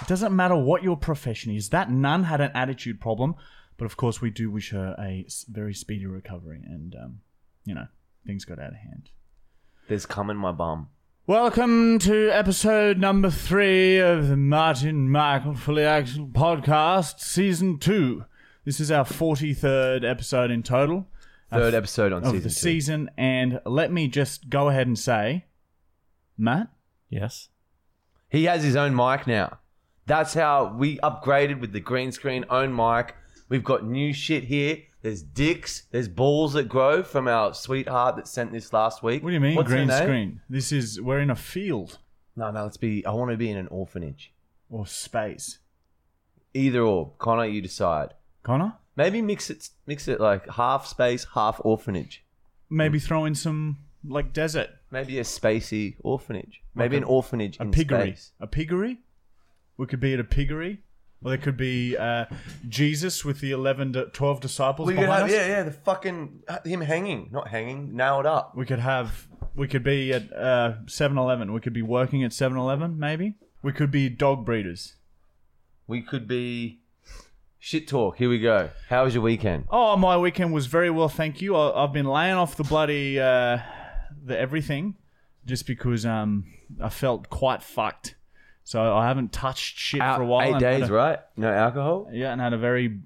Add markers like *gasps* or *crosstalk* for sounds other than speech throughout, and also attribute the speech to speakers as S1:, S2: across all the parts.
S1: It doesn't matter what your profession is. That nun had an attitude problem, but of course we do wish her a s- very speedy recovery. And um, you know, things got out of hand.
S2: There's cum in my bum.
S1: Welcome to episode number three of the Martin Michael Fully Action Podcast, season two. This is our forty-third episode in total
S2: Third episode on
S1: of
S2: season
S1: the
S2: two.
S1: season. And let me just go ahead and say, Matt,
S3: Yes.
S2: He has his own mic now. That's how we upgraded with the green screen, own mic. We've got new shit here. There's dicks. There's balls that grow from our sweetheart that sent this last week.
S1: what do you mean
S2: What's her
S1: green
S2: name?
S1: screen? This is we're in a field
S2: No, no. Let's be. I want to be in an orphanage.
S1: or space.
S2: Either or, Connor, you decide.
S1: Connor,
S2: Maybe mix it. Mix it like half space, half orphanage.
S1: maybe
S2: Hmm.
S1: throw in some like desert,
S2: Maybe a spacey orphanage. Maybe
S1: Like
S2: an orphanage
S1: a
S2: in
S1: piggery,
S2: space.
S1: a piggery. We could be at a piggery. Or there could be uh, Jesus with the 11 to 12 disciples
S2: We could
S1: behind
S2: have,
S1: us.
S2: yeah, yeah, the fucking uh, him hanging, not hanging, nailed up.
S1: We could have. We could be at uh, 7-Eleven. We could be working at 7-Eleven, maybe. We could be dog breeders.
S2: We could be shit talk. Here we go. How was your weekend?
S1: Oh, my weekend was very well, thank you. I, I've been laying off the bloody uh, the everything, just because um I felt quite fucked. So I haven't touched shit for a while.
S2: Eight
S1: and had
S2: days,
S1: a-
S2: right? No alcohol.
S1: Yeah, and had a very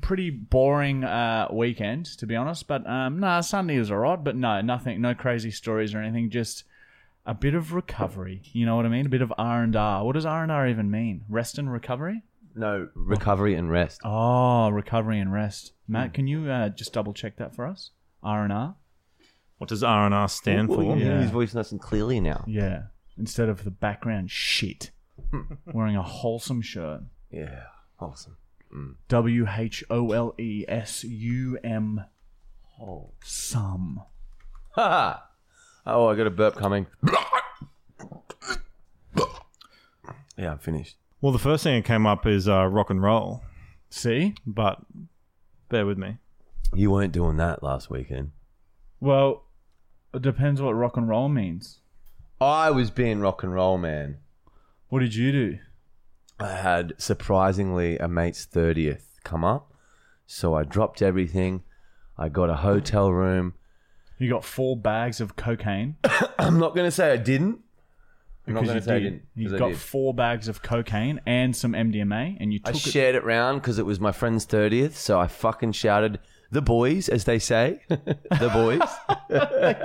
S1: pretty boring uh, weekend to be honest. But um, nah, Sunday was alright. But no, nothing, no crazy stories or anything. Just a bit of recovery. You know what I mean? A bit of R and R. What does R and R even mean? Rest and recovery.
S2: No recovery and rest.
S1: Oh, recovery and rest. Matt, can you uh, just double check that for us? R and R.
S3: What does R and R stand
S2: Ooh, you
S3: for?
S2: can hear
S1: Oh, Yeah.
S2: his voice nice and clearly now.
S1: Yeah. Instead of the background shit, wearing a wholesome shirt.
S2: Yeah, awesome.
S1: W H O L E S U M.
S2: Oh,
S1: Some.
S2: ha! Oh, I got a burp coming. yeah, I'm finished.
S3: Well, the first thing that came up is uh, rock and roll,
S1: See?
S3: but bear with me.
S2: You weren't doing that last weekend.
S1: Well, it depends what rock and roll means.
S2: I was being rock and roll, man.
S1: What did you do?
S2: I had surprisingly a mate's 30th come up. So I dropped everything. I got a hotel room. *clears throat*
S1: You got four bags of cocaine.
S2: I'm not going to say I didn't. I'm not
S1: Because
S2: going
S1: you
S2: to say I
S1: did.
S2: didn't.
S1: You
S2: 'cause I
S1: got
S2: did.
S1: four bags of cocaine and some MDMA, and you
S2: I
S1: took it.
S2: shared it round because it was my friend's 30th. So I fucking shouted, the boys, as they say, *laughs* the boys.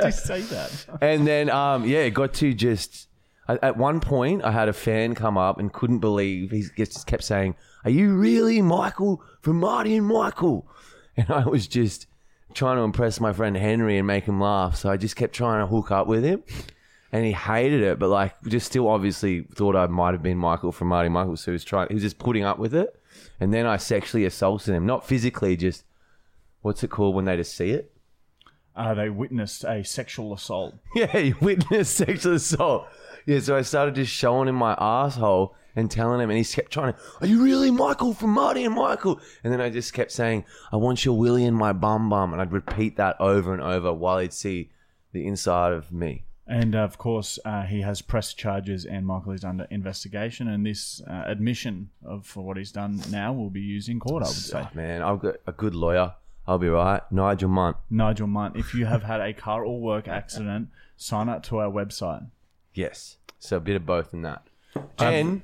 S1: Just say that. *laughs*
S2: and then, um, yeah, it got to just. I, at one point, I had a fan come up and couldn't believe. He just kept saying, Are you really Michael from Marty and Michael? And I was just trying to impress my friend Henry and make him laugh. So I just kept trying to hook up with him. And he hated it, but like, just still obviously thought I might have been Michael from Marty and Michael. So he was trying, he was just putting up with it. And then I sexually assaulted him, not physically, just what's it called when they just see it?
S1: Uh, they witnessed a sexual assault.
S2: *laughs* Yeah, you witnessed sexual assault. Yeah, so I started just showing him my asshole and telling him, and he kept trying to, Are you really Michael from Marty and Michael? And then I just kept saying, I want your Willie in my bum bum. And I'd repeat that over and over while he'd see the inside of me.
S1: And uh, of course, uh, he has press charges, and Michael is under investigation. And this uh, admission of for what he's done now will be used in court. I would
S2: *laughs*
S1: say.
S2: Oh, man, I've got a good lawyer. I'll be right. Nigel Munt.
S1: Nigel Munt, if you have had a car or work accident, sign up to our website.
S2: Yes. So a bit of both in that. And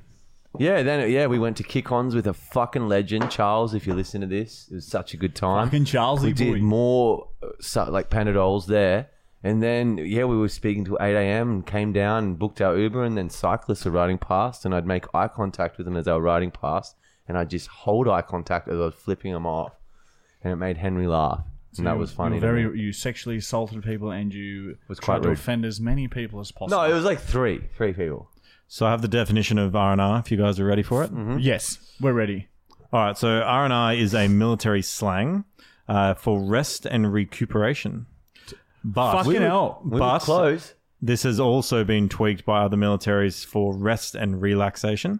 S2: yeah, then yeah, we went to kick ons with a fucking legend, Charles. If you listen to this, it was such a good time.
S1: Fucking Charlesy
S2: we
S1: boy.
S2: did more uh, so- like panadols there, and then yeah, we were speaking till eight a.m. and came down and booked our Uber, and then cyclists were riding past, and I'd make eye contact with them as they were riding past, and I'd just hold eye contact as I was flipping them off, and it made Henry laugh, and that was funny.
S1: You,
S2: to
S1: very,
S2: me.
S1: you sexually assaulted people and you
S2: Was
S1: tried
S2: quite
S1: to
S2: rude.
S1: offend as many people as possible.
S2: No, it was like three, three people.
S3: So I have the definition of R and R. If you guys are ready for it.
S1: Mm-hmm. yes, we're ready.
S3: All right. So R and R is a military slang uh, for rest and recuperation. But
S1: Fucking
S3: We-
S1: hell.
S2: We were
S3: but
S2: close.
S3: This has also been tweaked by other militaries for rest and relaxation,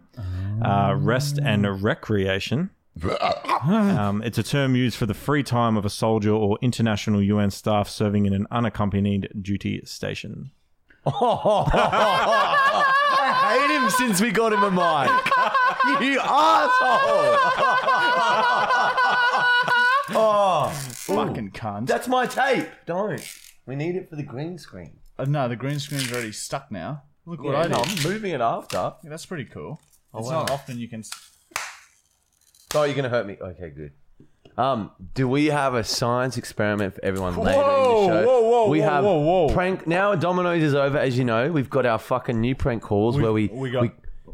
S3: uh, rest and recreation. um, it's a term used for the free time of a soldier or international UN staff serving in an unaccompanied duty station.
S2: I hate him since we got him a mic. *laughs* you asshole! oh,
S1: Fucking cunt.
S2: that's my tape. Don't. We need it for the green screen.
S1: Uh, no, the green screen's already stuck now. Look what
S2: Yeah,
S1: I
S2: no,
S1: did.
S2: I'm moving it after.
S1: Yeah, that's pretty cool. it's
S2: wow.
S1: not often you can. s-
S2: Oh, you're gonna hurt me. Okay, good. Um, do we have a science experiment for everyone later
S1: Whoa,
S2: in the show?
S1: whoa, whoa,
S2: we
S1: whoa,
S2: have
S1: whoa, whoa.
S2: prank. Now Domino's is over, as you know. We've got our fucking new prank calls
S1: We-
S2: where we
S1: we got-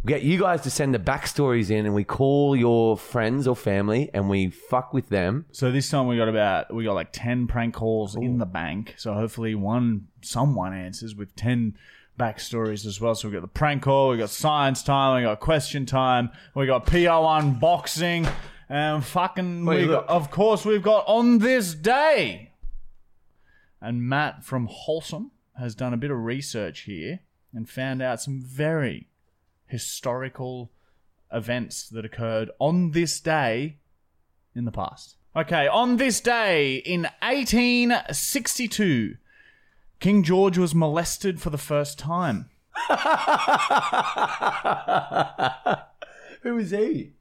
S2: get you guys to send the backstories in, and we call your friends or family, and we fuck
S1: *laughs*
S2: with them.
S1: So this time we got about we got like ten prank calls in the bank. So hopefully one someone answers with ten backstories as well. So we got the prank call, we got science time, we got question time, we got PO unboxing, and fucking
S2: Wait,
S1: we
S2: look.
S1: got, of course we've got on this day. And Matt from Wholesome has done a bit of research here and found out some very historical events that occurred on this day in the past. Okay, on this day in 1862, King George was molested for the first time.
S2: Who is he?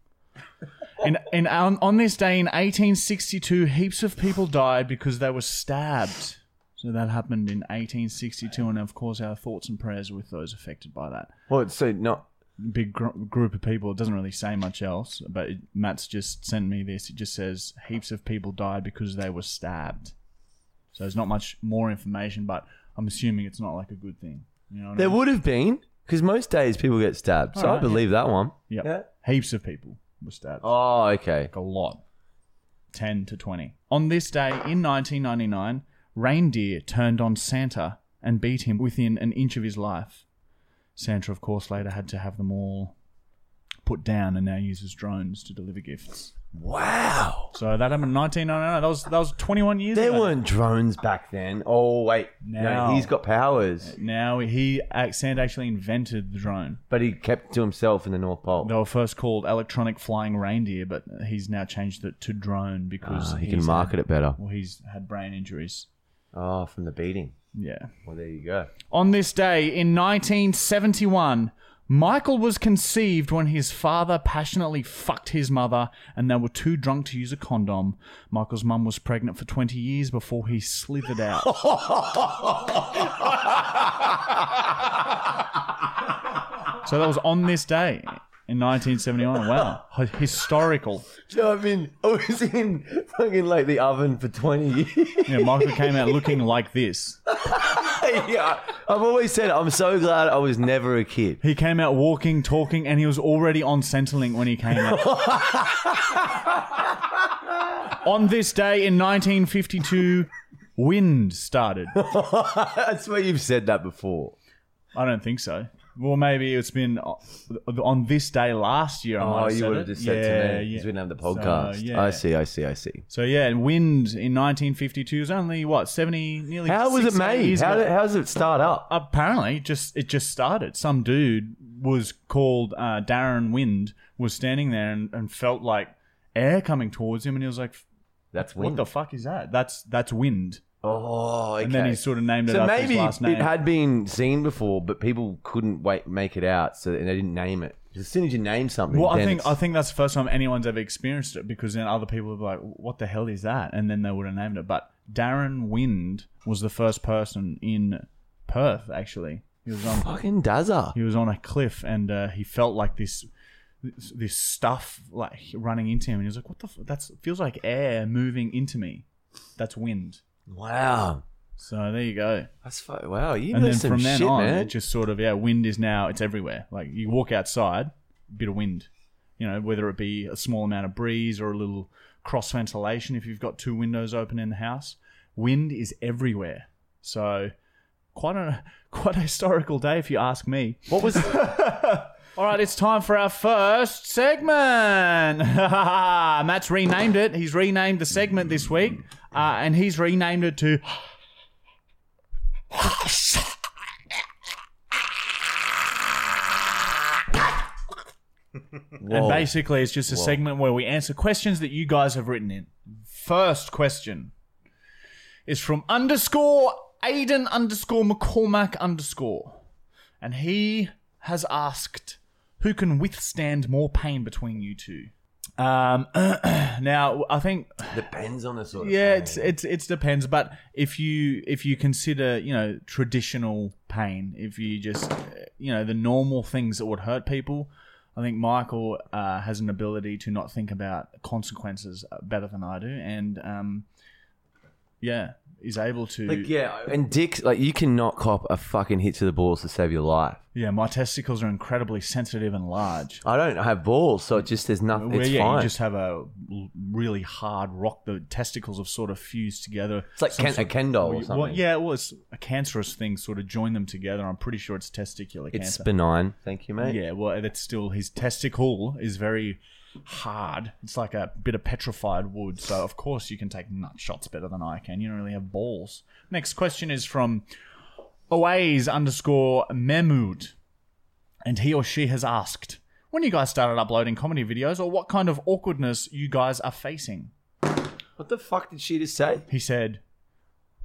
S1: In, in, on, on this day in 1862, heaps of people died because they were stabbed. So that happened in 1862, and of course, our thoughts and prayers are with those affected by that.
S2: Well, it's so not.
S1: Big gr- group of people, it doesn't really say much else, but it, Matt's just sent me this. It just says heaps of people died because they were stabbed. So there's not much more information, but I'm assuming it's not like a good thing. You know what I
S2: There
S1: mean?
S2: would have been because most days people get stabbed, so I
S1: Alright,
S2: believe that one.
S1: Yep. Heaps of people were stabbed.
S2: Oh, okay.
S1: like a lot 10 to 20 on this day in 1999 reindeer turned on santa and beat him within an inch of his life santa of course later had to have them all put down and now uses drones to deliver gifts
S2: Wow.
S1: so that happened in 1999 that was that was 21 years
S2: There
S1: ago
S2: weren't drones back then. Oh wait,
S1: No.
S2: no, he's got powers,
S1: now he ac- santa actually invented the drone
S2: but he kept to himself in the North Pole.
S1: they were first called electronic flying reindeer but he's now changed it to drone because
S2: Ah, he can
S1: he's
S2: market it better.
S1: had, well he's had brain injuries
S2: Oh, from the beating.
S1: yeah
S2: Well, there you go. *laughs*
S1: On this day in 1971, Michael was conceived when his father passionately fucked his mother and they were too drunk to use a condom. Michael's mum was pregnant for 20 years before he slithered out. so that was on this day in 1971. Wow. Historical.
S2: So I've been, I was in fucking like the oven for twenty years. *laughs*
S1: Yeah, Michael came out looking like this.
S2: yeah, I've always said I'm so glad I was never a kid. *laughs*
S1: He came out walking, talking, and he was already on Centrelink when he came out. *laughs* on this day in 1952, wind started.
S2: That's where you've said that before.
S1: I don't think so. Well, maybe it's been o- on this day last year. I might
S2: Oh,
S1: have
S2: you
S1: said
S2: would have
S1: it.
S2: just
S1: yeah,
S2: said to me,
S1: yeah.
S2: because we didn't have the
S1: So,
S2: podcast.
S1: yeah.
S2: I see, I see, I see.
S1: So yeah, and wind in 1952 was only what 70, nearly.
S2: How was it
S1: 60
S2: made?
S1: years
S2: How,
S1: ago.
S2: did, how does it start up?
S1: apparently just it just started some dude was called uh, darren wind was standing there and, and felt like air coming towards him and he was like
S2: That's
S1: what
S2: wind.
S1: the fuck is that that's that's wind
S2: oh, okay.
S1: and then he sort of named it
S2: So
S1: after
S2: maybe
S1: his last name
S2: it had been seen before, but people couldn't wait make it out, so and they didn't name it. 'Cause As soon as you name something,
S1: well, I
S2: then
S1: think I
S2: it's-
S1: think that's the first time anyone's ever experienced it because then other people would be like, "What the hell is that?" and then they would have named it. But Darren Wind was the first person in Perth actually. He was on
S2: fucking Dazza.
S1: he was on a cliff and uh, he felt like this this stuff like running into him and he was like what the f- that's feels like air moving into me that's wind
S2: Wow,
S1: so there you go
S2: that's fu- wow. You
S1: and
S2: know
S1: then
S2: some
S1: from then
S2: shit,
S1: on it
S2: man.
S1: just sort of yeah wind is now it's everywhere like you walk outside bit of wind you know whether it be a small amount of breeze or a little cross ventilation if you've got two windows open in the house wind is everywhere so quite a *laughs* quite a historical day if you ask me
S2: What
S1: *laughs*
S2: was?
S1: all right, it's time for our first segment. *laughs* Matt's renamed it. He's renamed the segment this week, uh, and he's renamed it to. And
S2: Whoa.
S1: basically, it's just a segment where we answer questions that you guys have written in. First question is from underscore Aiden underscore McCormack underscore, and he has asked who can withstand more pain between you two? Um, *clears throat* now, I think
S2: Depends on the sort of
S1: yeah,
S2: pain.
S1: it's it's it's depends. But if you if you consider you know traditional pain, if you just uh, you know the normal things that would hurt people, I think Michael uh, has an ability to not think about consequences uh, better than I do, and um, yeah, is able to.
S2: Like, yeah, and dicks like you cannot cop a fucking hit to the balls to save your life.
S1: yeah, my testicles are incredibly sensitive and large.
S2: I don't have balls, so it just there's nothing.
S1: Where
S2: It's
S1: yeah, you
S2: fine.
S1: just have a l- really hard rock. The testicles have sort of fused together.
S2: it's like
S1: Some
S2: ken- a
S1: sort-
S2: kendo or
S1: Well,
S2: something.
S1: yeah, it was a cancerous thing. Sort of joined them together. I'm pretty sure it's testicular
S2: it's
S1: cancer.
S2: benign. Thank you, mate.
S1: yeah, well, that's still his testicle is very hard. It's like a bit of petrified wood. So of course you can take nut shots better than I can. You don't really have balls. Next question is from Oaze underscore Mahmood, and he or she has asked. When you guys started uploading comedy videos, or what kind of awkwardness you guys are facing?
S2: What the fuck did she just say?
S1: He said,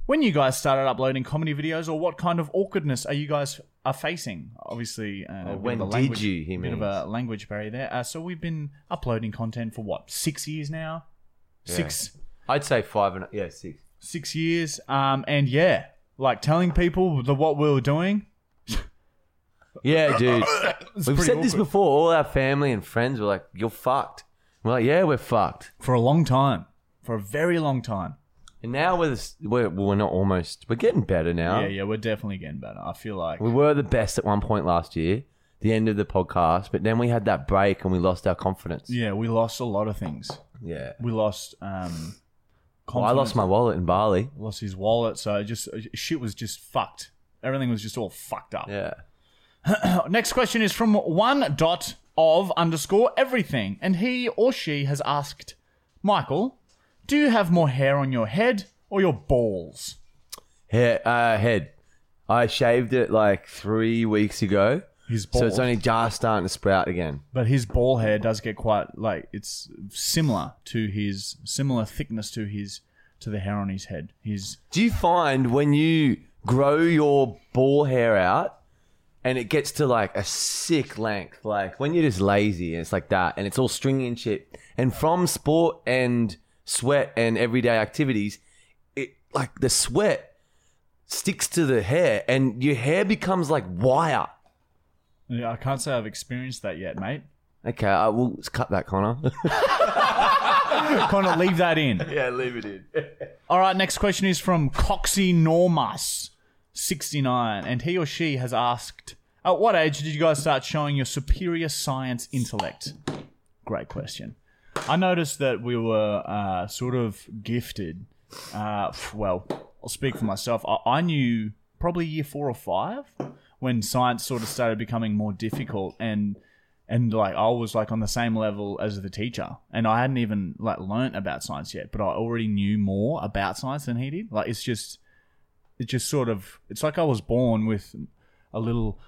S1: "When you guys started uploading comedy videos, or what kind of awkwardness are you guys are facing? Obviously, uh, a bit of
S2: when
S1: a
S2: did
S1: language-
S2: you, he
S1: bit of
S2: means.
S1: a language barrier there. Uh, so we've been uploading content for what six years now, six
S2: I'd say five and yeah six.
S1: six years. Um, and yeah, like telling people the what we were doing.
S2: Yeah,
S1: *laughs*
S2: dude.
S1: It's
S2: We've
S1: pretty
S2: said this
S1: awkward.
S2: before. All our family and friends were like, "You're fucked." We're like, "Yeah, we're fucked."
S1: for a long time, for a very long time.
S2: And now we're this, we're, we're not almost. We're getting better now.
S1: Yeah, yeah, we're definitely getting better. I feel like
S2: We were the best at one point last year, the end of the podcast, but then we had that break and we lost our confidence.
S1: yeah, we lost a lot of things.
S2: Yeah.
S1: We lost um.
S2: Well, I
S1: confidence.
S2: lost my wallet in Bali.
S1: lost his wallet. So it just shit was just fucked. Everything was just all fucked up.
S2: Yeah.
S1: Next question is from one dot of underscore everything, and he or she has asked Michael, "Do you have more hair on your head or your balls?"
S2: Hair, uh, head. I shaved it like three weeks ago,
S1: His balls,
S2: so it's only just starting to sprout again.
S1: but his ball hair does get quite like it's similar to his similar thickness to his to the hair on his head. His
S2: Do you find when you grow your ball hair out and it gets to like a sick length, like when you're just lazy and it's like that and it's all stringy and shit, and from sport and sweat and everyday activities, it like the sweat sticks to the hair and your hair becomes like wire.
S1: I can't say I've experienced that yet, mate.
S2: Okay, I will cut that, Connor. *laughs*
S1: *laughs* Kind of leave that in.
S2: yeah, leave it in. *laughs*
S1: All right, next question is from Coxy Normus 69 and he or she has asked, "At what age did you guys start showing your superior science intellect?" Great question. I noticed that we were uh, sort of gifted. Uh, f- well, I'll speak for myself. I, I knew probably year four or five when science sort of started becoming more difficult, and and like I was like on the same level as the teacher, and I hadn't even like learnt about science yet, but I already knew more about science than he did. Like it's just, it just sort of, it's like I was born with a little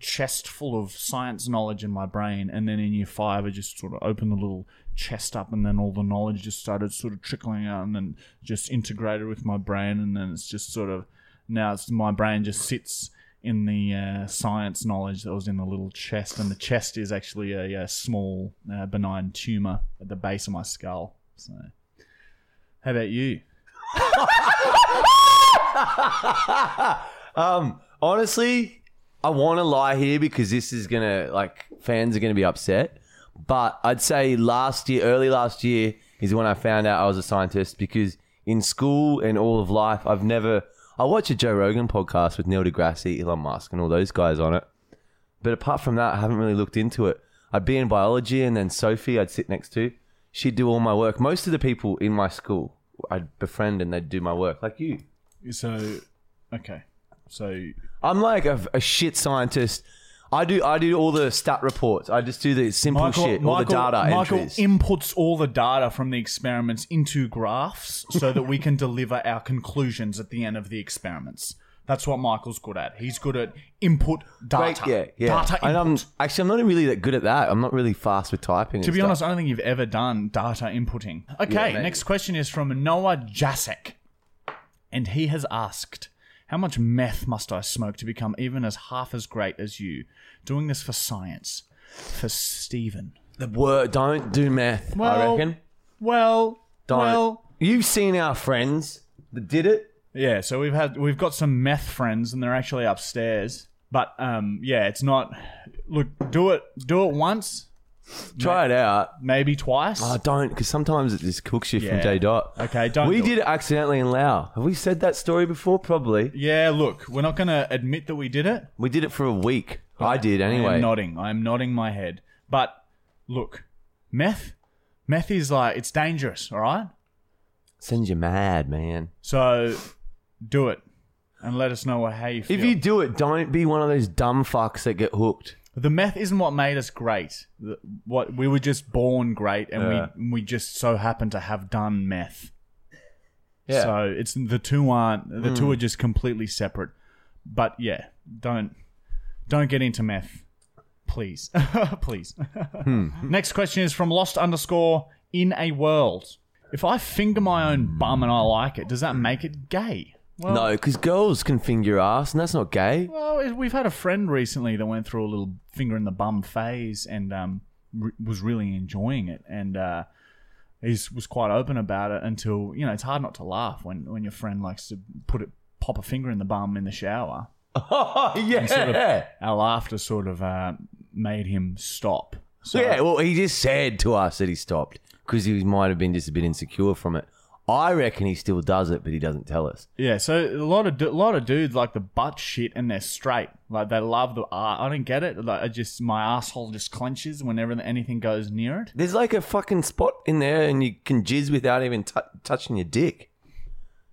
S1: chest full of science knowledge in my brain and then in year five i just sort of opened the little chest up and then all the knowledge just started sort of trickling out and then just integrated with my brain and then it's just sort of now it's my brain just sits in the uh, science knowledge that was in the little chest and the chest is actually a, uh small uh, benign tumor at the base of my skull so how about you
S2: *laughs* Um, honestly, I want to lie here because this is gonna like fans are gonna be upset. But I'd say last year, early last year, is when I found out I was a scientist because in school and all of life, I've never. I watch a Joe Rogan podcast with Neil deGrasse, Elon Musk, and all those guys on it. But apart from that, I haven't really looked into it. I'd be in biology, and then Sophie, I'd sit next to. She'd do all my work. Most of the people in my school, I'd befriend, and they'd do my work, like you.
S1: so okay so
S2: I'm like a, a shit scientist. I do I do all the stat reports. I just do the simple shit, all the data
S1: Michael
S2: entries.
S1: inputs all the data from the experiments into graphs so that we can *laughs* deliver our conclusions at the end of the experiments. That's what Michael's good at. He's good at input data.
S2: Great, yeah, yeah.
S1: Data
S2: and I'm
S1: input.
S2: actually I'm not really that good at that. I'm not really fast with typing.
S1: to be honest, I don't think you've ever done data inputting. Okay,
S2: maybe.
S1: next question is from Noah Jasek. And he has asked, How much meth must I smoke to become even as half as great as you? Doing this for science. for Stephen.
S2: The word don't do meth. I
S1: Well-
S2: reckon.
S1: Well,
S2: Don't.
S1: well,
S2: You've seen our friends that did it.
S1: Yeah, so we've had we've got some meth friends, and they're actually upstairs. But um, yeah, it's not. Look, do it, do it once,
S2: Try it out.
S1: maybe twice.
S2: Oh, don't, because sometimes it just cooks you from
S1: Yeah.
S2: J dot.
S1: Okay, don't
S2: We
S1: do
S2: did it accidentally in Lao. Have we said that story before? Probably.
S1: yeah, look, we're not going to admit that we did it.
S2: We did it for a week. I did anyway.
S1: I'm nodding. I'm nodding my head. But look, meth, meth is like it's dangerous. All right,
S2: Sends you mad, man.
S1: so do it, and let us know how you feel.
S2: If you do it, don't be one of those dumb fucks that get hooked.
S1: the meth isn't what made us great. The- What we were just born great, and
S2: Yeah.
S1: we we just so happen to have done meth.
S2: Yeah. Hmm.
S1: So it's the two aren't the two are just completely separate. But yeah, don't don't get into meth, please, *laughs* please.
S2: Hmm.
S1: Next question is from Lost underscore in a world. If I finger my own bum and I like it, does that make it gay? Well,
S2: no, because girls can finger your ass, and that's not gay.
S1: Well, it- we've had a friend recently that went through a little finger in the bum phase and um, re- was really enjoying it, and uh, he was quite open about it. Until you know, it's hard not to laugh when when your friend likes to put it, pop a finger in the bum in the shower.
S2: *laughs* Oh, yeah.
S1: Our laughter sort of uh, made him stop. So,
S2: yeah, well, he just said to us that he stopped because he might have been just a bit insecure from it. I reckon he still does it, but he doesn't tell us.
S1: yeah. So a lot of du- lot of dudes like the butt shit, and they're straight. Like they love the. ar I don't get it. Like I just my asshole just clenches whenever anything goes near it.
S2: There's like a fucking spot in there, and you can jizz without even tou touching your dick.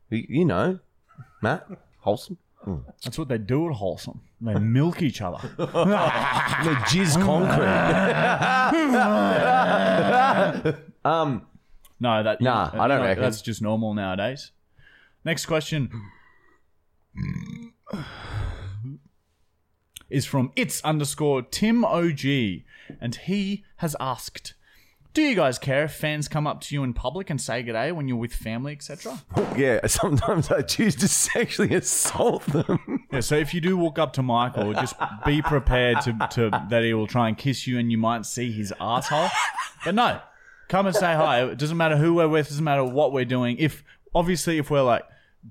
S2: You, you know, Matt, wholesome.
S1: That's what they do at Wholesome. They milk each other.
S2: No jizz concrete.
S1: No, that
S2: Nah, I don't reckon.
S1: that's just normal nowadays. Next question is from it's underscore Tim OG, and he has asked, "Do you guys care if fans come up to you in public and say good day when you're with family, etc.?"
S2: *laughs* yeah, sometimes I choose to sexually assault them.
S1: Yeah, so if you do walk up to Michael, just be prepared to, to that he will try and kiss you and you might see his asshole. But no, come and say hi. It doesn't matter who we're with, doesn't matter what we're doing. If obviously if we're like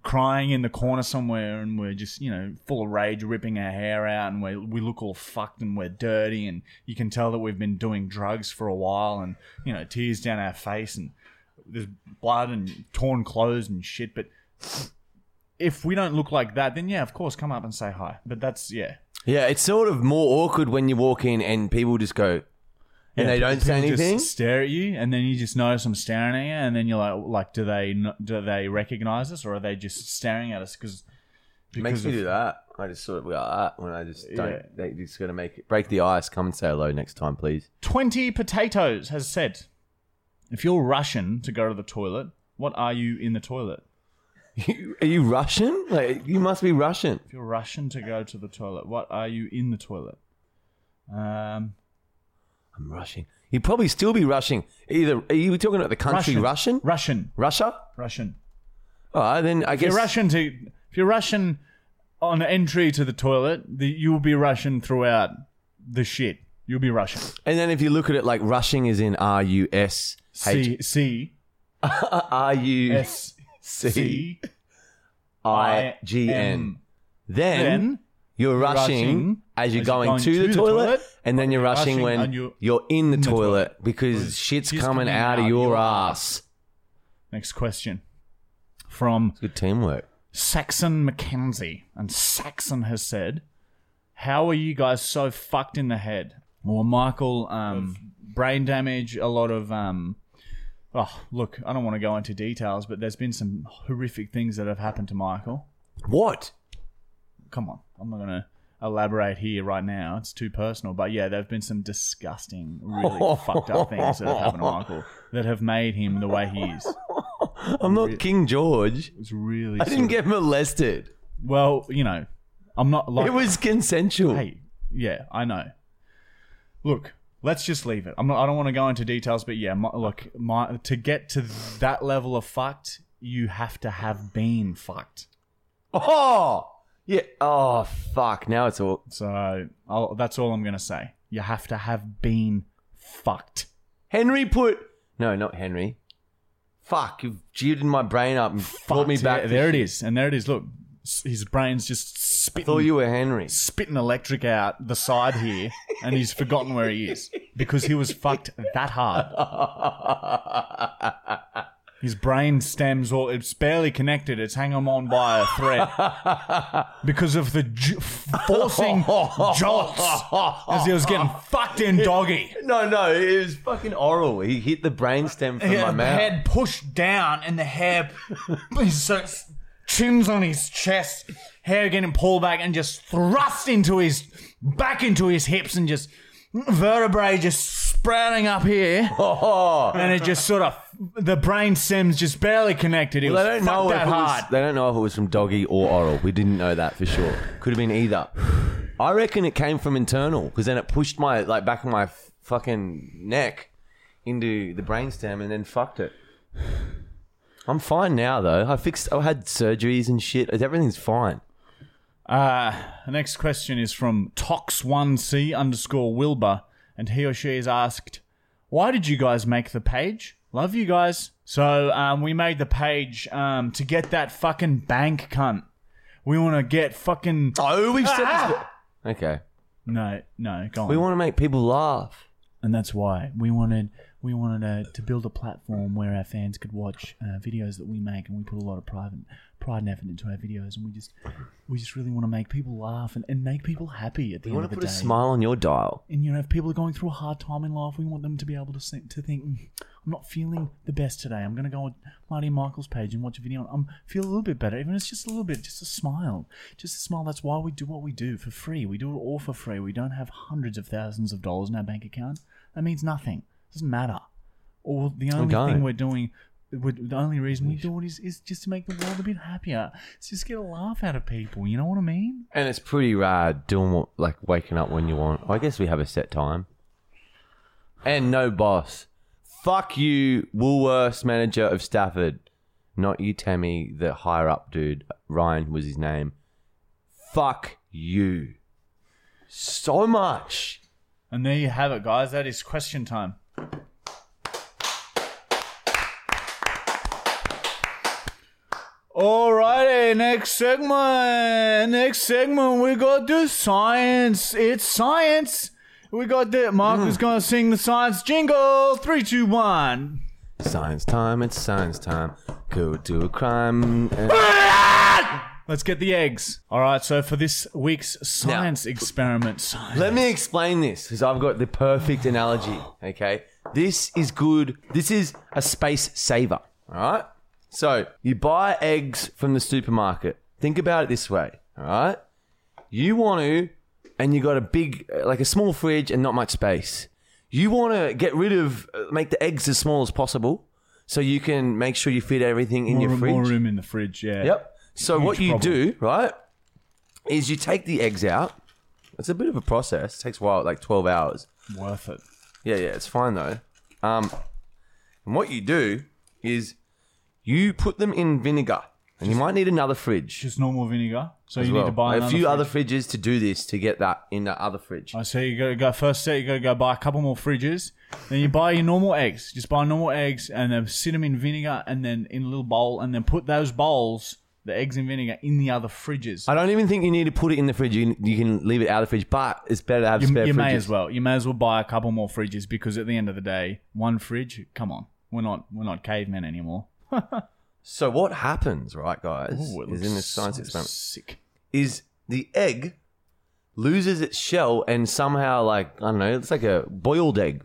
S1: crying in the corner somewhere and we're just, you know, full of rage, ripping our hair out and we we look all fucked and we're dirty and you can tell that we've been doing drugs for a while and, you know, tears down our face and there's blood and torn clothes and shit, but if we don't look like that, then yeah, of course, come up and say hi. But that's yeah,
S2: yeah, it's sort of more awkward when you walk in and people just go, and they don't say
S1: People just
S2: anything.
S1: stare at you, and then you just notice them staring at you, and then you're like, like, do they kn- do they recognize us, or are they just staring at us? Cause,
S2: Makes
S1: because
S2: me
S1: of-
S2: do that. I just sort of go ah, when I just don't.
S1: Yeah.
S2: They just gonna make it break the ice. Come and say hello next time, please. *laughs*
S1: twenty potatoes has said, if you're Russian to go to the toilet, what are you in the toilet?
S2: You, are you Russian? Like you must be Russian.
S1: If you're Russian to go to the toilet, what are you in the toilet? Um,
S2: I'm rushing. You'd probably still be rushing. Either are you talking about the country Russian?
S1: Russian,
S2: Russia?
S1: Russian.
S2: All right, then I
S1: If
S2: guess
S1: you're Russian to if you're Russian on entry to the toilet, the, you'll be Russian throughout the shit. You'll be Russian.
S2: And then if you look at it like rushing is in R U S
S1: C
S2: H
S1: C
S2: *laughs* R U
S1: S
S2: C
S1: C
S2: I G N.
S1: M.
S2: Then
S1: Then
S2: you're
S1: rushing
S2: rushing as you're going to the toilet, and then you're rushing
S1: rushing and
S2: when
S1: you-
S2: you're in the
S1: the toilet.
S2: toilet because
S1: Because
S2: shit's
S1: she's
S2: coming out of your ass.
S1: Next question from
S2: Good teamwork.
S1: Saxon McKenzie, and Saxon has said, "How are you guys so fucked in the head?" Well, Michael, um, brain damage, a lot of. Um, oh, look, I don't want to go into details, but there's been some horrific things that have happened to Michael.
S2: What?
S1: Come on, I'm not gonna elaborate here right now. It's too personal, but yeah, there've been some disgusting,
S2: *laughs*
S1: really fucked up things that have happened to Michael that have made him the way he is.
S2: I'm not King George.
S1: It's really.
S2: I didn't get molested.
S1: well, you know, I'm not like
S2: It was consensual.
S1: Hey, yeah, I know. Look, let's just leave it. I'm not. I don't want to go into details, but yeah, my, look, my, to get to that level of fucked, you have to have been fucked.
S2: Oh, yeah. Oh, fuck. Now it's all.
S1: So I'll, that's all I'm gonna say. you have to have been fucked.
S2: Henry put. No, not Henry. Fuck, you've jewed my brain up and brought me
S1: Fucked.
S2: back.
S1: Yeah, there it is, and there it is. Look, s- his brain's just
S2: I thought
S1: spitting,
S2: you were *laughs* Henry.
S1: spitting electric out the side here, and he's forgotten where he is because he was fucked that hard. His brain stems all it's barely connected. It's hanging on by a thread
S2: *laughs*
S1: because of the j- forcing jolts as he was getting fucked in doggy.
S2: No, no, it was fucking oral. He hit the brainstem from my
S1: Yeah,
S2: mouth.
S1: head pushed down and the hair, *laughs* his so- chins on his chest, hair getting pulled back and just thrust into his back into his hips and just vertebrae just sprouting up
S2: *laughs*
S1: here.
S2: Oh,
S1: And it just sort of the brain stem's just barely connected. It
S2: they
S1: was
S2: don't know
S1: fucked
S2: if
S1: that
S2: it was,
S1: hard.
S2: They don't know if it was from doggy or oral. We didn't know that for sure. Could have been either. I reckon it came from internal because then it pushed my like back of my f- fucking neck into the brainstem and then fucked it. I'm fine now though. I fixed. I had surgeries and shit. Everything's fine.
S1: Uh, the next question is from Tox1C underscore Wilbur, and he or she is asked, Why did you guys make the page? Love you guys. So um, we made the page um, to get that fucking bank cunt. We want to get fucking. Ah!
S2: Oh, we've said this. be- Okay,
S1: No, no, go on.
S2: we want to make people laugh.
S1: and that's why we wanted we wanted uh, to build a platform where our fans could watch uh, videos that we make, and we put a lot of private pride and effort into our videos, and we just we just really want to make people laugh and, and make people happy at the
S2: We
S1: end
S2: want
S1: of
S2: to
S1: the
S2: put
S1: day.
S2: a smile on your dial.
S1: and you know, if people are going through a hard time in life, we want them to be able to think, to think, "Mm, I'm not feeling the best today. I'm going to go on Marty and Michael's page and watch a video. and I'm feel a little bit better, even if it's just a little bit, just a smile, just a smile. That's why we do what we do for free. We do it all for free. We don't have hundreds of thousands of dollars in our bank account. That means nothing. It doesn't matter. Or the only
S2: Okay.
S1: thing we're doing. we the only reason we do it is, is just to make the world a bit happier. It's just get a laugh out of people. You know what I mean?
S2: And it's pretty rad doing what, like waking up when you want. I guess we have a set time. And no boss. Fuck you, Woolworths manager of Stafford. Not you, Tammy, the higher up dude. Ryan was his name. Fuck you. So much.
S1: And there you have it, guys. That is question time. Alrighty, next segment. Next segment, we got the science. It's science. We got the
S2: Mm.
S1: Michael's gonna sing the science jingle. Three, two, one.
S2: Science time, it's science time. Go do a crime.
S1: Let's get the eggs. All right. So for this week's science experiment, science.
S2: Let me explain this because I've got the perfect analogy. Okay. This is good. This is a space saver. All right. So you buy eggs from the supermarket. Think about it this way. All right. You want to, and you got a big, uh, like a small fridge and not much space. You want to get rid of, uh, make the eggs as small as possible so you can make sure you fit everything in
S1: more,
S2: your fridge.
S1: more room in the fridge. Yeah.
S2: Yep. So what you
S1: problem.
S2: do, right, is you take the eggs out. It's a bit of a process. It takes a while, like twelve hours.
S1: Worth it.
S2: Yeah, yeah, it's fine though. Um, and what you do is you put them in vinegar, and you might need another fridge.
S1: Just normal vinegar. So
S2: as
S1: you
S2: well.
S1: need to buy
S2: a
S1: another
S2: few
S1: fridge.
S2: other fridges to do this to get that in the other fridge.
S1: I say you gotta go first set. You gotta go buy a couple more fridges. Then you buy your normal eggs. Just buy normal eggs and then sit them in vinegar and then in a little bowl and then put those bowls, the eggs in vinegar, in the other fridges.
S2: I don't even think you need to put it in the fridge. You can, you can leave it out of the fridge, but it's better to have
S1: You,
S2: spare
S1: you
S2: fridges.
S1: may as well. You may as well buy a couple more fridges because at the end of the day, one fridge. Come on, we're not we're not cavemen anymore.
S2: So what happens, right, guys?
S1: Ooh, it
S2: is
S1: looks
S2: in this science
S1: so
S2: experiment.
S1: Sick.
S2: is the egg loses its shell and somehow like I don't know, it's like a boiled egg,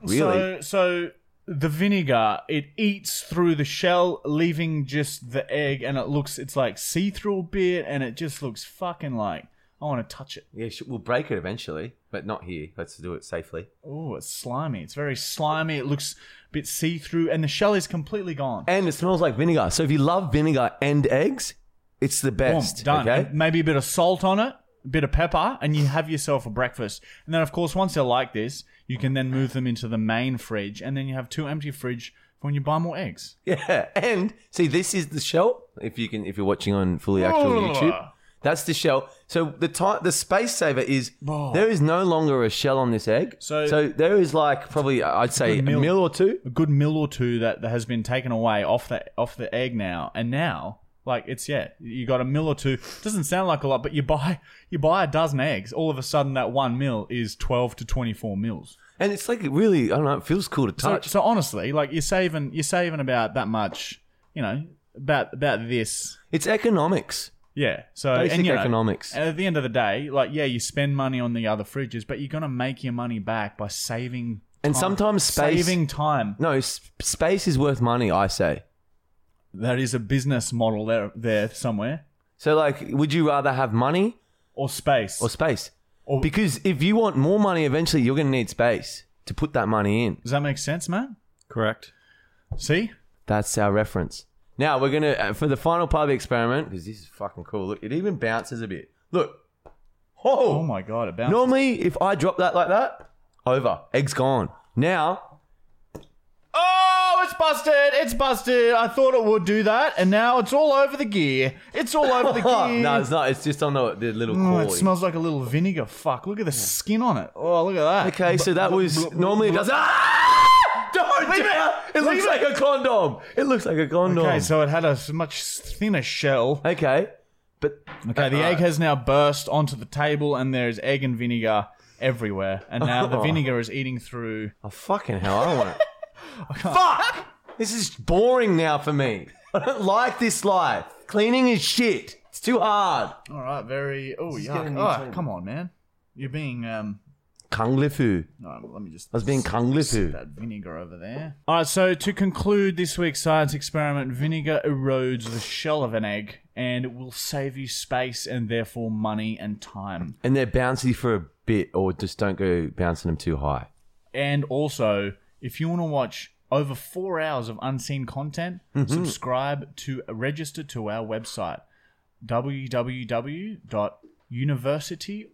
S1: So
S2: really.
S1: so the vinegar it eats through the shell, leaving just the egg, and it looks it's like see through a bit, and it just looks fucking like I want to touch it.
S2: yeah, sh- we'll break it eventually, but not here. Let's do it safely.
S1: Oh, it's slimy. It's very slimy. It looks a bit see through, and the shell is completely gone.
S2: And it smells like vinegar. So if you love vinegar and eggs, it's the
S1: Boom,
S2: best.
S1: done.
S2: Okay.
S1: And
S2: *laughs*
S1: Maybe a bit of salt on it, a bit of pepper, and you have yourself a breakfast. And then, of course, once they're like this, you can then move them into the main fridge, and then you have two empty fridge for when you buy more eggs.
S2: Yeah. And see, this is the shell. If you can, if you're watching on fully actual YouTube, That's the shell. So the time, the space saver is there is no longer a shell on this egg.
S1: So-
S2: there is like probably I'd say a
S1: mil.
S2: mil. or two.
S1: a good mill or two that, that has been taken away off the off the egg now, and now like it's yeah, you got a mill or two. Doesn't sound like a lot, but you buy *laughs* you buy a dozen eggs. All of a sudden, that one mill is twelve to twenty four mils.
S2: And it's like really, I don't know. It feels cool to
S1: So,
S2: touch.
S1: so honestly, like you're saving you're saving about that much. You know about about this.
S2: it's economics.
S1: Yeah. So
S2: Basic
S1: and, you know,
S2: economics.
S1: and at the end of the day, like yeah, you spend money on the other fridges, but you're gonna make your money back by saving
S2: And
S1: time-
S2: sometimes space-
S1: saving time.
S2: No, s- space is worth money. I say.
S1: That is a business model there there somewhere.
S2: So like, would you rather have money
S1: Or space.
S2: or space?
S1: Or-
S2: because if you want more money, eventually you're going to need space to put that money in.
S1: Does that make sense, man?
S3: Correct.
S1: See?
S2: That's our reference. Now we're gonna uh, for the final part of the experiment because this is fucking cool. Look, it even bounces a bit. Look,
S1: Oh
S2: oh,
S1: my god, it bounced.
S2: Normally, if I drop that like that, over, egg's gone. Now, *laughs*
S1: Oh, it's busted. It's busted. I thought it would do that, and now it's all over the gear. It's all over
S2: *laughs*
S1: the
S2: oh,
S1: gear.
S2: no, it's not. It's just on the, the little
S1: Oh,
S2: core.
S1: it smells like a little vinegar. Fuck, look at the skin on it. Oh, look at that.
S2: okay, so that was normally it does. Ah! *laughs* Don't do it. It looks like a condom. It looks like a condom.
S1: Okay, so it had a s- much thinner shell.
S2: okay, but
S1: Okay, the egg has now burst onto the table, and there's egg and vinegar everywhere. And now
S2: *laughs*
S1: the vinegar is eating through.
S2: Oh, fucking hell, I don't *laughs* want it. Fuck! This is boring now for me. I don't like this life. Cleaning is shit. It's too hard.
S1: All right, very. Oh, yuck.
S2: getting me
S1: Oh,
S2: too.
S1: come on, man. You're being. um
S2: Kung Lifu.
S1: No, let me just.
S2: I was being Kung Lifu.
S1: that vinegar over there. All right, so to conclude this week's science experiment, vinegar erodes the shell of an egg and it will save you space and therefore money and time.
S2: And they're bouncy for a bit, or just don't go bouncing them too high.
S1: And also, if you want to watch over four hours of unseen content,
S2: Mm-hmm.
S1: subscribe to register to our website www.university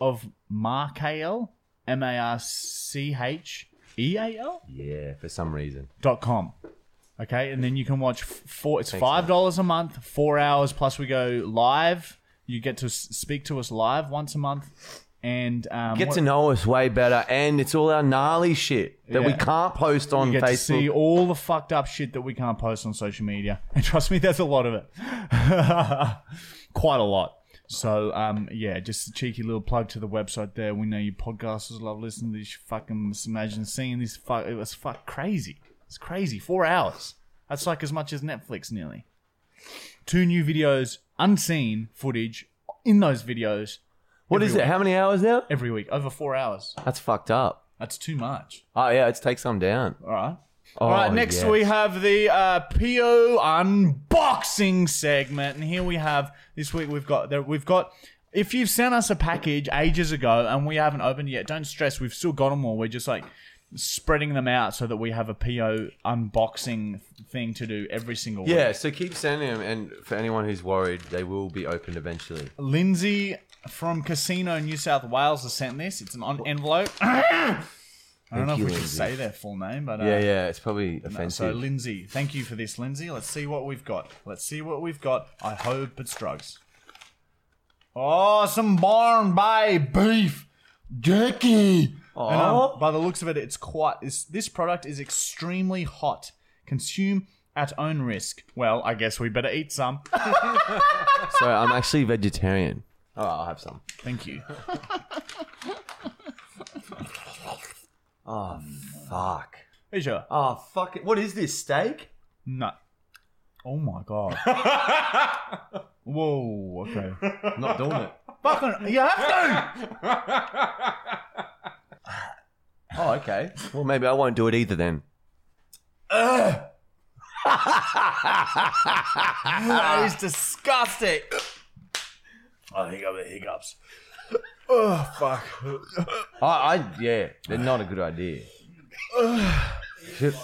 S1: of Markale, M A R C H E A L.
S2: Yeah, for some reason.
S1: dot com. Okay, and then you can watch f- four. It's five dollars a month, four hours. Plus, we go live. You get to s- speak to us live once a month, and um,
S2: Get
S1: what-
S2: to know us way better, and it's all our gnarly shit that we
S1: Yeah.
S2: can't post on
S1: you get
S2: Facebook.
S1: to see all the fucked up shit that we can't post on social media. *laughs* And trust me, there's a lot of it, *laughs* quite a lot. So um, yeah, just a cheeky little plug to the website there. We know you podcasters love listening to this. Fucking just imagine seeing this. Fuck, it was fuck crazy. It's crazy. Four hours. That's like as much as Netflix nearly. Two new videos, unseen footage in those videos
S2: what is it? How many hours now?
S1: every week, over four hours.
S2: That's fucked up.
S1: That's too much.
S2: Oh yeah, let's take some down.
S1: All right.
S2: Oh,
S1: All right, next
S2: yes.
S1: we have the uh, PO unboxing segment, and here we have this week we've got there we've got. If you've sent us a package ages ago and we haven't opened it yet, don't stress. We've still got them all. We're just like spreading them out so that we have a PO unboxing thing to do every single week.
S2: Yeah, so keep sending them, and for anyone who's worried, they will be opened eventually.
S1: Lindsay from Casino, New South Wales, has sent this. It's an on- envelope. *coughs* I don't know if
S2: you,
S1: we should
S2: Lindsay.
S1: say their full name, but uh,
S2: Yeah, yeah, it's probably offensive.
S1: So, Lindsay, thank you for this, Lindsay. Let's see what we've got. Let's see what we've got. I hope it's drugs. Oh, some barn by beef jerky. And, um, by the looks of it, it's quite. It's, this product is extremely hot. Consume at own risk. Well, I guess we better eat some.
S2: So I'm actually vegetarian. Oh, I'll have some.
S1: Thank you.
S2: Fuck.
S1: Hey, sure.
S2: Oh, fuck it. What is this, steak?
S1: No. Oh my god. Whoa. Okay.
S2: I'm not doing it.
S1: Fucking. You have to.
S2: Oh, okay. Well, maybe I won't do it either then.
S1: That is disgusting. Ah. I think I'm the hiccups. Oh fuck.
S2: *laughs* I, I yeah, they're not a good idea. *sighs* Should,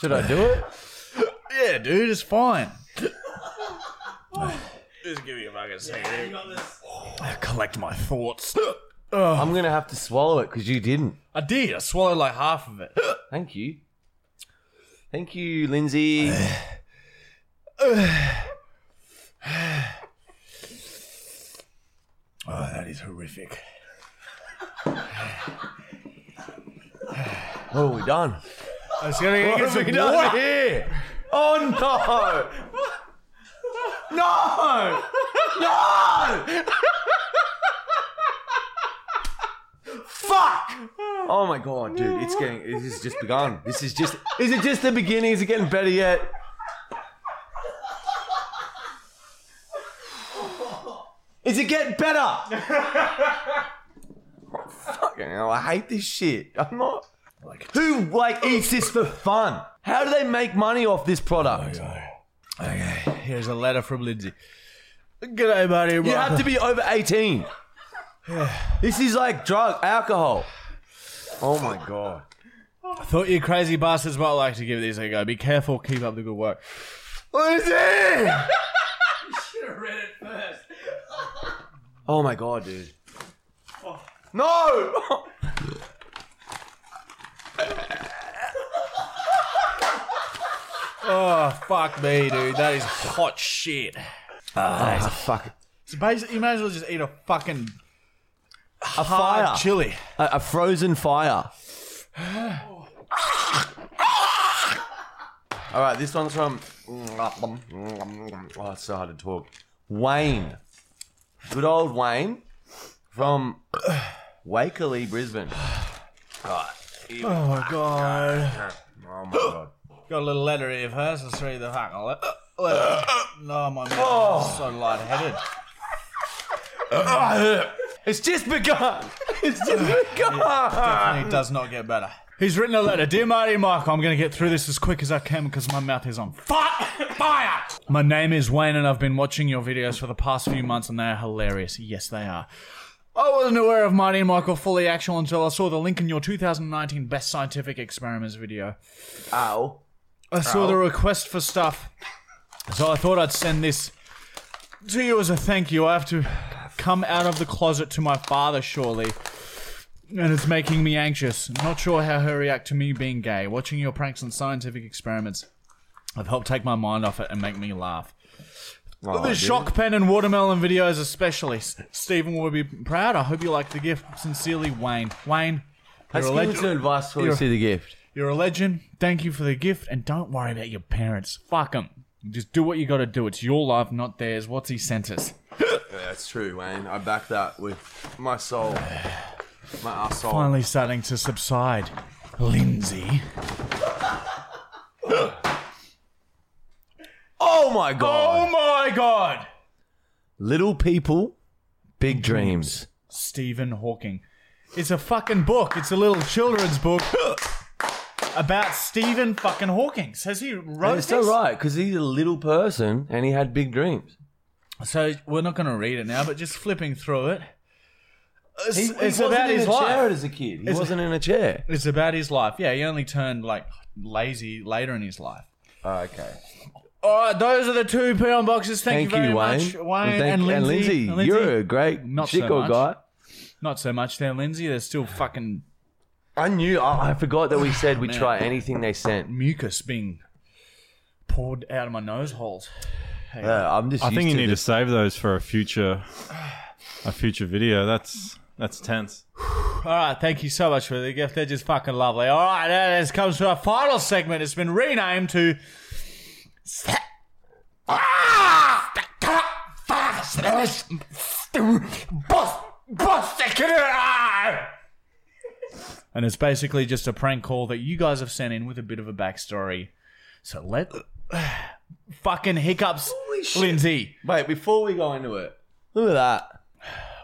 S2: should I do it?
S1: Yeah, dude, it's fine. Just give me a fucking second. I collect my thoughts.
S2: I'm gonna have to swallow it because you didn't.
S1: I did. I swallowed like half of it.
S2: Thank you. Thank you, Lindsay.
S1: Oh, that is horrific.
S2: What have we done?
S1: I was going to
S2: What
S1: get
S2: have we
S1: some
S2: done
S1: water.
S2: here? Oh no! no! No! Fuck! Oh my god, dude, it's getting. This is just begun. This is just. Is it just the beginning? Is it getting better yet? Is it getting better? Oh, fucking hell, I hate this shit. I'm not. Like, who like eats this for fun? How do they make money off this product?
S1: Okay, here's a letter from Lindsay. G'day, buddy.
S2: You have to be over *sighs* 18. this is like drug, alcohol. Oh my god.
S1: Thought you crazy bastards might like to give these a go. Be careful. Keep up the good work.
S2: What is it? you should have read it first. oh my god, dude. No! *laughs*
S1: Oh, fuck me, dude. That is hot shit.
S2: Ah, fuck it.
S1: So basically, you may as well just eat a fucking
S2: A fire.
S1: hard chili.
S2: a, a frozen fire. All right, this one's from. Oh, it's so hard to talk. Wayne. Good old Wayne from Wakerley, Brisbane.
S1: Oh, my God.
S2: Oh my god.
S1: Got a little letter here first. Let's read the fucking le- letter. No, my mouth is so lightheaded.
S2: It's just begun. It's *laughs* just begun.
S1: And it does not get better. He's written a letter. Dear Marty and Michael, I'm going to get through this as quick as I can because my mouth is on fi- fire. My name is Wayne and I've been watching your videos for the past few months and they are hilarious. Yes, they are. I wasn't aware of Marty and Michael fully actual until I saw the link in your 2019 Best Scientific Experiments video.
S2: Ow.
S1: I saw the request for stuff, so I thought I'd send this to you as a thank you. I have to come out of the closet to my father, surely. And it's making me anxious. Not sure how he'll react to me being gay. Watching your pranks and scientific experiments have helped take my mind off it and make me laugh.
S2: Oh,
S1: the
S2: dude.
S1: shock pen and watermelon videos, especially. S- Stephen will be proud. I hope you like the gift. Sincerely, Wayne. Wayne, you're
S2: Let's
S1: a
S2: give him
S1: legend.
S2: some advice before we see the gift.
S1: You're a legend. Thank you for the gift, and don't worry about your parents. Fuck 'em. Just do what you got to do. It's your life, not theirs. What's he sent us?
S2: That's true, Wayne. I back that with my soul. My asshole.
S1: Finally starting to subside. Lindsay.
S2: Oh my god.
S1: Oh my god!
S2: Little people, big dreams.
S1: Stephen Hawking. It's a fucking book. It's a little children's book *gasps* about Stephen fucking Hawking. Says he wrote
S2: It's so
S1: this?
S2: right because he's a little person and he had big dreams.
S1: So we're not going to read it now, but just flipping through it. It's,
S2: He,
S1: it's
S2: wasn't
S1: about
S2: in
S1: his
S2: a
S1: life.
S2: chair as a kid. He wasn't in a chair.
S1: It's about his life. Yeah, he only turned like lazy later in his life.
S2: Oh, okay.
S1: All right, those are the two Patreon boxes. Thank,
S2: Thank,
S1: you very
S2: you, Wayne.
S1: much,
S2: And
S1: Wayne
S2: thank-
S1: and, Lindsay. And Lindsay.
S2: You're a great
S1: Not so
S2: chick or
S1: much.
S2: guy.
S1: Not so much there, Lindsay. There's still fucking
S2: I knew. I, I forgot that we said we'd try anything they sent.
S1: mucus being poured out of my nose holes.
S2: Yeah, I'm just.
S3: I think
S2: used
S3: you
S2: to
S3: need to
S2: this.
S3: save those for a future, a future video. That's that's tense.
S1: All right, thank you so much for the gift. They're just fucking lovely. All right, now this comes to our final segment. It's been renamed to. And it's basically just a prank call that you guys have sent in with a bit of a backstory. So let *sighs* fucking hiccups, Lindsay.
S2: Wait, before we go into it, look at that.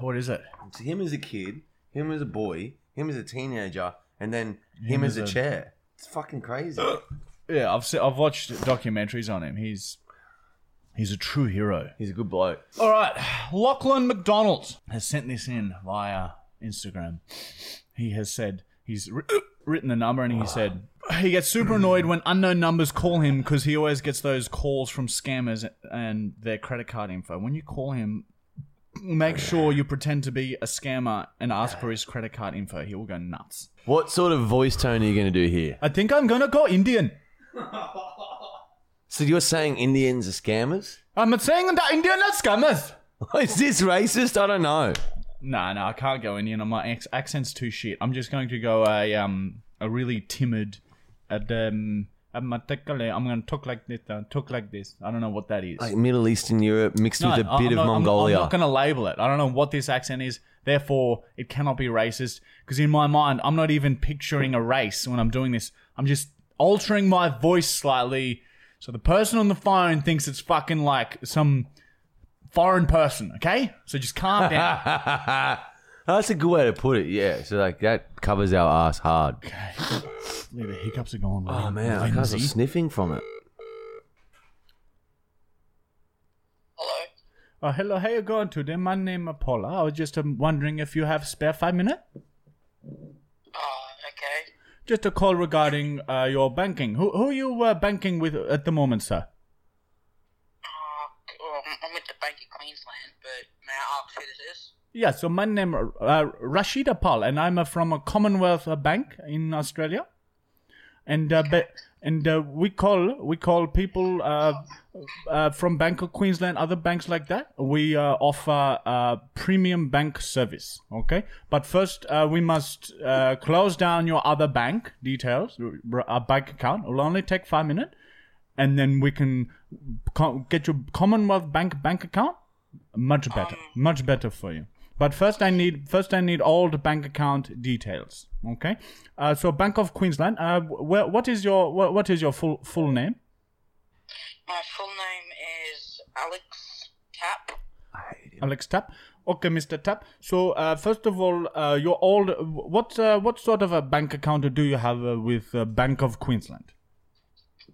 S1: What is it?
S2: It's him as a kid, him as a boy, him as a teenager, and then him, as, a chair. It's fucking crazy. *clears throat*
S1: Yeah, I've se- I've watched documentaries on him. He's he's a true hero.
S2: He's a good bloke.
S1: All right, Lachlan McDonald has sent this in via Instagram. He has said he's wr- *clears throat* written the number and he said he gets super annoyed when unknown numbers call him because he always gets those calls from scammers and their credit card info. When you call him, make sure you pretend to be a scammer and ask for his credit card info. He will go nuts.
S2: What sort of voice tone are you going to do here?
S1: I think I'm gonna go Indian.
S2: So you're saying Indians are scammers? *laughs*
S1: I'm not saying that Indian are scammers.
S2: Is this racist? I don't know.
S1: no, no, I can't go Indian. My ex- accent's too shit. I'm just going to go a um a really timid, and um I'm going to talk like this, uh, talk like this. I don't know what that is.
S2: Like Middle Eastern Europe mixed with a
S1: I- I'm
S2: bit of
S1: not- I'm-
S2: Mongolia.
S1: I'm, not going to label it. I don't know what this accent is. Therefore, it cannot be racist because in my mind, I'm not even picturing a race when I'm doing this. I'm just altering my voice slightly so the person on the phone thinks it's fucking like some foreign person. Okay, so just calm down.
S2: *laughs* Oh, that's a good way to put it. Yeah. So like that covers our ass hard.
S1: Leave the hiccups are gone.
S2: Oh man, I can't stop sniffing from it.
S4: Hello.
S1: Oh, hello, how you going today? My name is Paula. I was just um, wondering if you have spare five minutes?
S4: Oh, okay.
S1: Just a call regarding uh, your banking. Who who you uh, banking with at the moment, sir?
S4: Uh, well, I'm- I'm with the Bank of Queensland, but may I ask who this is?
S1: Yeah, so my name uh, Rashida Paul, and I'm uh, from a Commonwealth uh, Bank in Australia, and uh, ba- and uh, we call we call people uh, uh, from Bank of Queensland, other banks like that. We uh, offer uh, premium bank service, okay? But first, uh, we must uh, close down your other bank details, r- our bank account. It'll only take five minutes, and then we can co- get your Commonwealth Bank bank account much better much better for you but first i need first i need all the bank account details okay uh, so bank of queensland uh, where, what is your what, what is your full full name
S4: My full name is Alex Tap.
S1: alex tapp okay mr tapp so uh, first of all uh, your old what uh, what sort of a bank account do you have uh, with uh, bank of queensland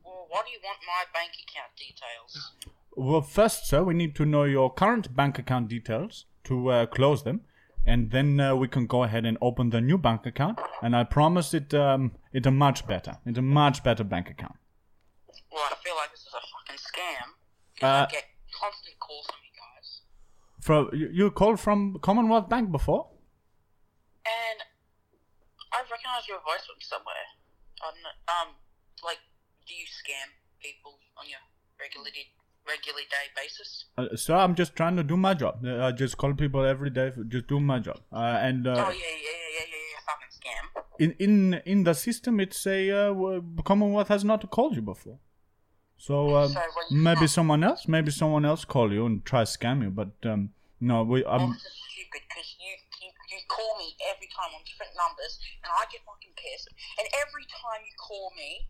S4: Well, why do you want my bank account details?
S1: well first sir we need to know your current bank account details to uh, close them and then uh, we can go ahead and open the new bank account and i promise it um, it's a much better it's a much better bank account
S4: Well, I feel like this is a fucking scam. 'cause
S1: Uh,
S4: I get constant calls from you guys.
S1: From you you called from Commonwealth Bank before?
S4: And I recognise your voice from somewhere. On um, like, do you scam people on your regularly regular day basis?
S1: Uh, sir, I'm just trying to do my job. Uh, I just call people every day. For, just do my job. Uh, and
S4: Oh
S1: uh,
S4: yeah, yeah, yeah, yeah, yeah, yeah, fucking scam.
S1: in in in the system, it's a uh, w- Commonwealth has not called you before. So um,
S4: Sorry, what you-
S1: maybe someone else, maybe someone else call you and try scam you. But um, no, we
S4: Well,
S1: um,
S4: this is stupid because you, you you call me every time on different numbers, and I get fucking pissed. And every time you call me,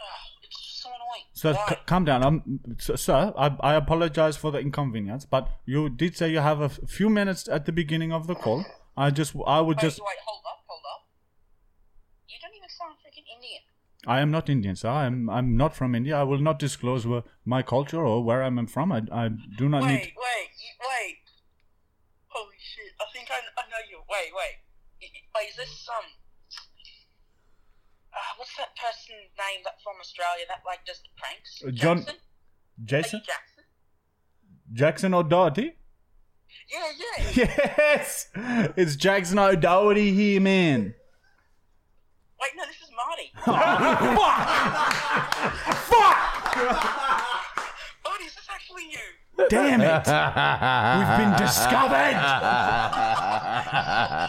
S4: ugh, it's just so annoying.
S1: So
S4: Why?
S1: c- calm down, um, s- sir. I, I apologize for the inconvenience, but you did say you have a f- few minutes at the beginning of the call. I just, I would
S4: wait,
S1: just,
S4: wait, hold up, hold up. You don't even sound freaking Indian.
S1: I am not Indian, sir. I'm I'm not from India. I will not disclose where, my culture or where I'm from. I, I do not
S4: wait,
S1: need.
S4: wait, you, wait. Holy shit! I think I, I know you. Wait, wait. Y- y- Wait, is this um? Uh, what's that person's name that from Australia that like does the pranks?
S1: Uh, John-
S4: Jackson? Are
S1: Jason
S4: you Jackson?
S1: Jackson O'Doherty.
S4: Yeah, yeah.
S1: *laughs* Yes, it's Jackson O'Doherty here, man.
S4: Wait, no, this is Marty.
S1: *laughs*
S4: fuck! fuck! Marty, is this actually you?
S1: Damn
S2: *laughs*
S1: it, we've been discovered.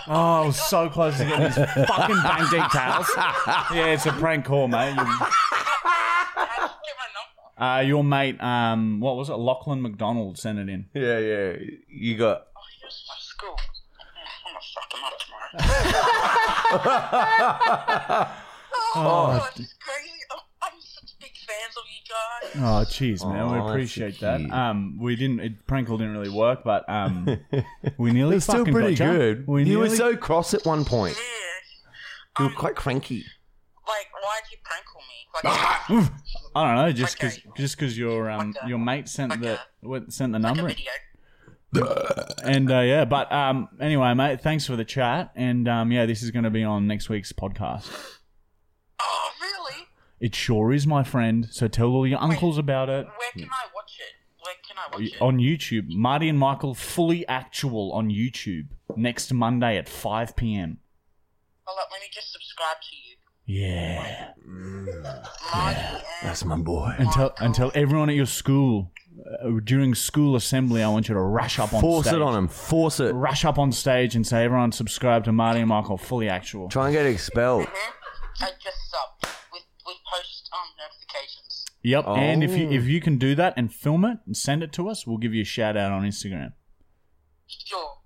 S1: Oh, I was so close to getting these fucking bank details. Yeah, it's a prank call, mate. You-
S4: How did you get my number?
S1: Uh, your mate, um, what was it? Lachlan McDonald sent it in.
S2: yeah, yeah. You got.
S4: Oh, he was from school. I'm gonna fuck him up tomorrow.
S1: *laughs*
S4: oh, God, this is crazy. I'm, I'm such big fans of you
S1: *laughs*
S4: guys.
S1: Oh, cheers, man.
S2: Aw,
S1: we
S2: that's
S1: appreciate
S2: so
S1: that.
S2: cute.
S1: Um, we didn't. It, prank call didn't really work, but um, we nearly
S2: It's still
S1: fucking
S2: pretty
S1: got ya.
S2: good.
S1: We
S2: you
S1: nearly,
S2: were so cross at one point.
S4: Yeah.
S2: You were quite cranky.
S4: Like, why'd you prank on me?
S1: Ah!
S4: Like,
S1: I don't know, just
S4: Okay.
S1: because just because your um
S4: Like a-
S1: your mate sent
S4: like
S1: the went- sent the
S4: a
S1: number, in.
S4: video.
S1: and uh, yeah. But um, anyway, mate, thanks for the chat, and um, yeah, this is going to be on next week's podcast.
S4: Oh, really?
S1: It sure is, my friend. So tell all your uncles about it.
S4: Where can I watch it? Where can I watch it?
S1: on YouTube. Marty and Michael fully actual on YouTube next Monday at 5 p.m.
S4: Well, let me just subscribe to you.
S1: Yeah.
S4: Marty and
S2: my boy.
S1: And tell, and tell everyone at your school uh, during school assembly, I want you to rush up on
S2: Force
S1: stage.
S2: it on him. Force it.
S1: Rush up on stage and say, everyone subscribe to Marty and Michael, fully actual.
S2: Try and get expelled.
S4: I just subbed with with post um notifications.
S1: Yep. And if you
S2: Oh.
S1: if you can do that and film it and send it to us, we'll give you a shout out on Instagram.
S4: Sure,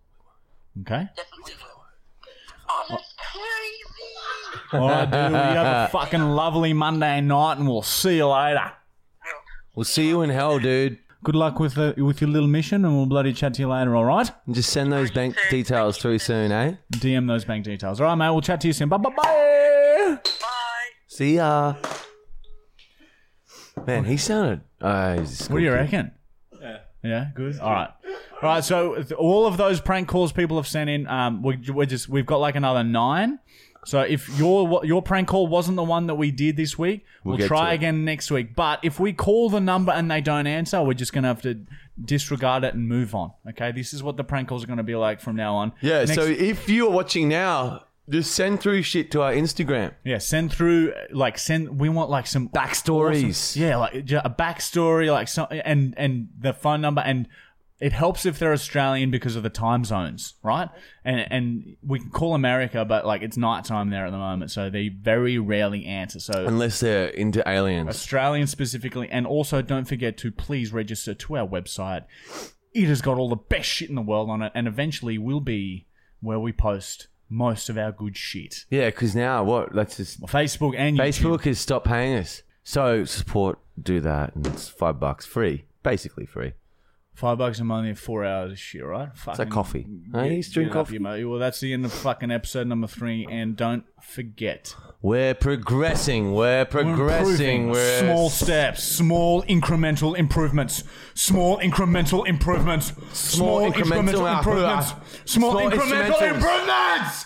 S1: Okay.
S4: definitely will. Oh, that's crazy.
S1: All right, dude. You have a fucking lovely Monday night, and we'll see you later.
S2: We'll see you in hell, dude.
S1: Good luck with the, with your little mission, and we'll bloody chat to you later. All right.
S2: And just send those bank details through soon, eh?
S1: DM those bank details. All right, mate. We'll chat to you soon. Bye bye *laughs* bye.
S4: Bye.
S2: See ya. Man, he sounded. Uh,
S1: What do you reckon? Yeah. Yeah. Good. All right. All right. So th- all of those prank calls people have sent in, um, we, we're just we've got like another nine. So if your your prank call wasn't the one that we did this week,
S2: We'll
S1: we'll,
S2: get to
S1: try
S2: it.
S1: again next week. But if we call the number and they don't answer, we're just gonna have to disregard it and move on. Okay. This is what the prank calls are gonna be like from now on.
S2: Yeah.
S1: Next-
S2: So if you're watching now, just send through shit to our Instagram.
S1: Yeah, send through uh, like send. We want like some
S2: Backstories.
S1: awesome- yeah, like ju- a backstory, like some and and the phone number, and it helps if they're Australian because of the time zones, right? And and we can call America, but like it's nighttime there at the moment, so they very rarely answer. So
S2: Unless they're into aliens.
S1: Australian specifically, and also don't forget to please register to our website. It has got all the best shit in the world on it, and eventually will be where we post most of our good shit.
S2: Yeah, because now what? Let's just
S1: Facebook and YouTube.
S2: Facebook has stopped paying us. So support, do that, and it's five bucks free, basically free.
S1: Five bucks a month in four hours of shit, right?
S2: It's like
S1: Fucking
S2: coffee.
S1: get-
S2: Hey, just drink
S1: get up,
S2: coffee.
S1: you mate. Well, that's the end of fucking episode number three. And don't forget,
S2: We're progressing. We're
S1: we're
S2: progressing.
S1: improving.
S2: We're
S1: small steps, small incremental improvements, small incremental improvements, small,
S2: incremental
S1: incremental,
S2: output.
S1: improvements, small,
S2: Small
S1: incremental
S2: incrementals.
S1: improvements.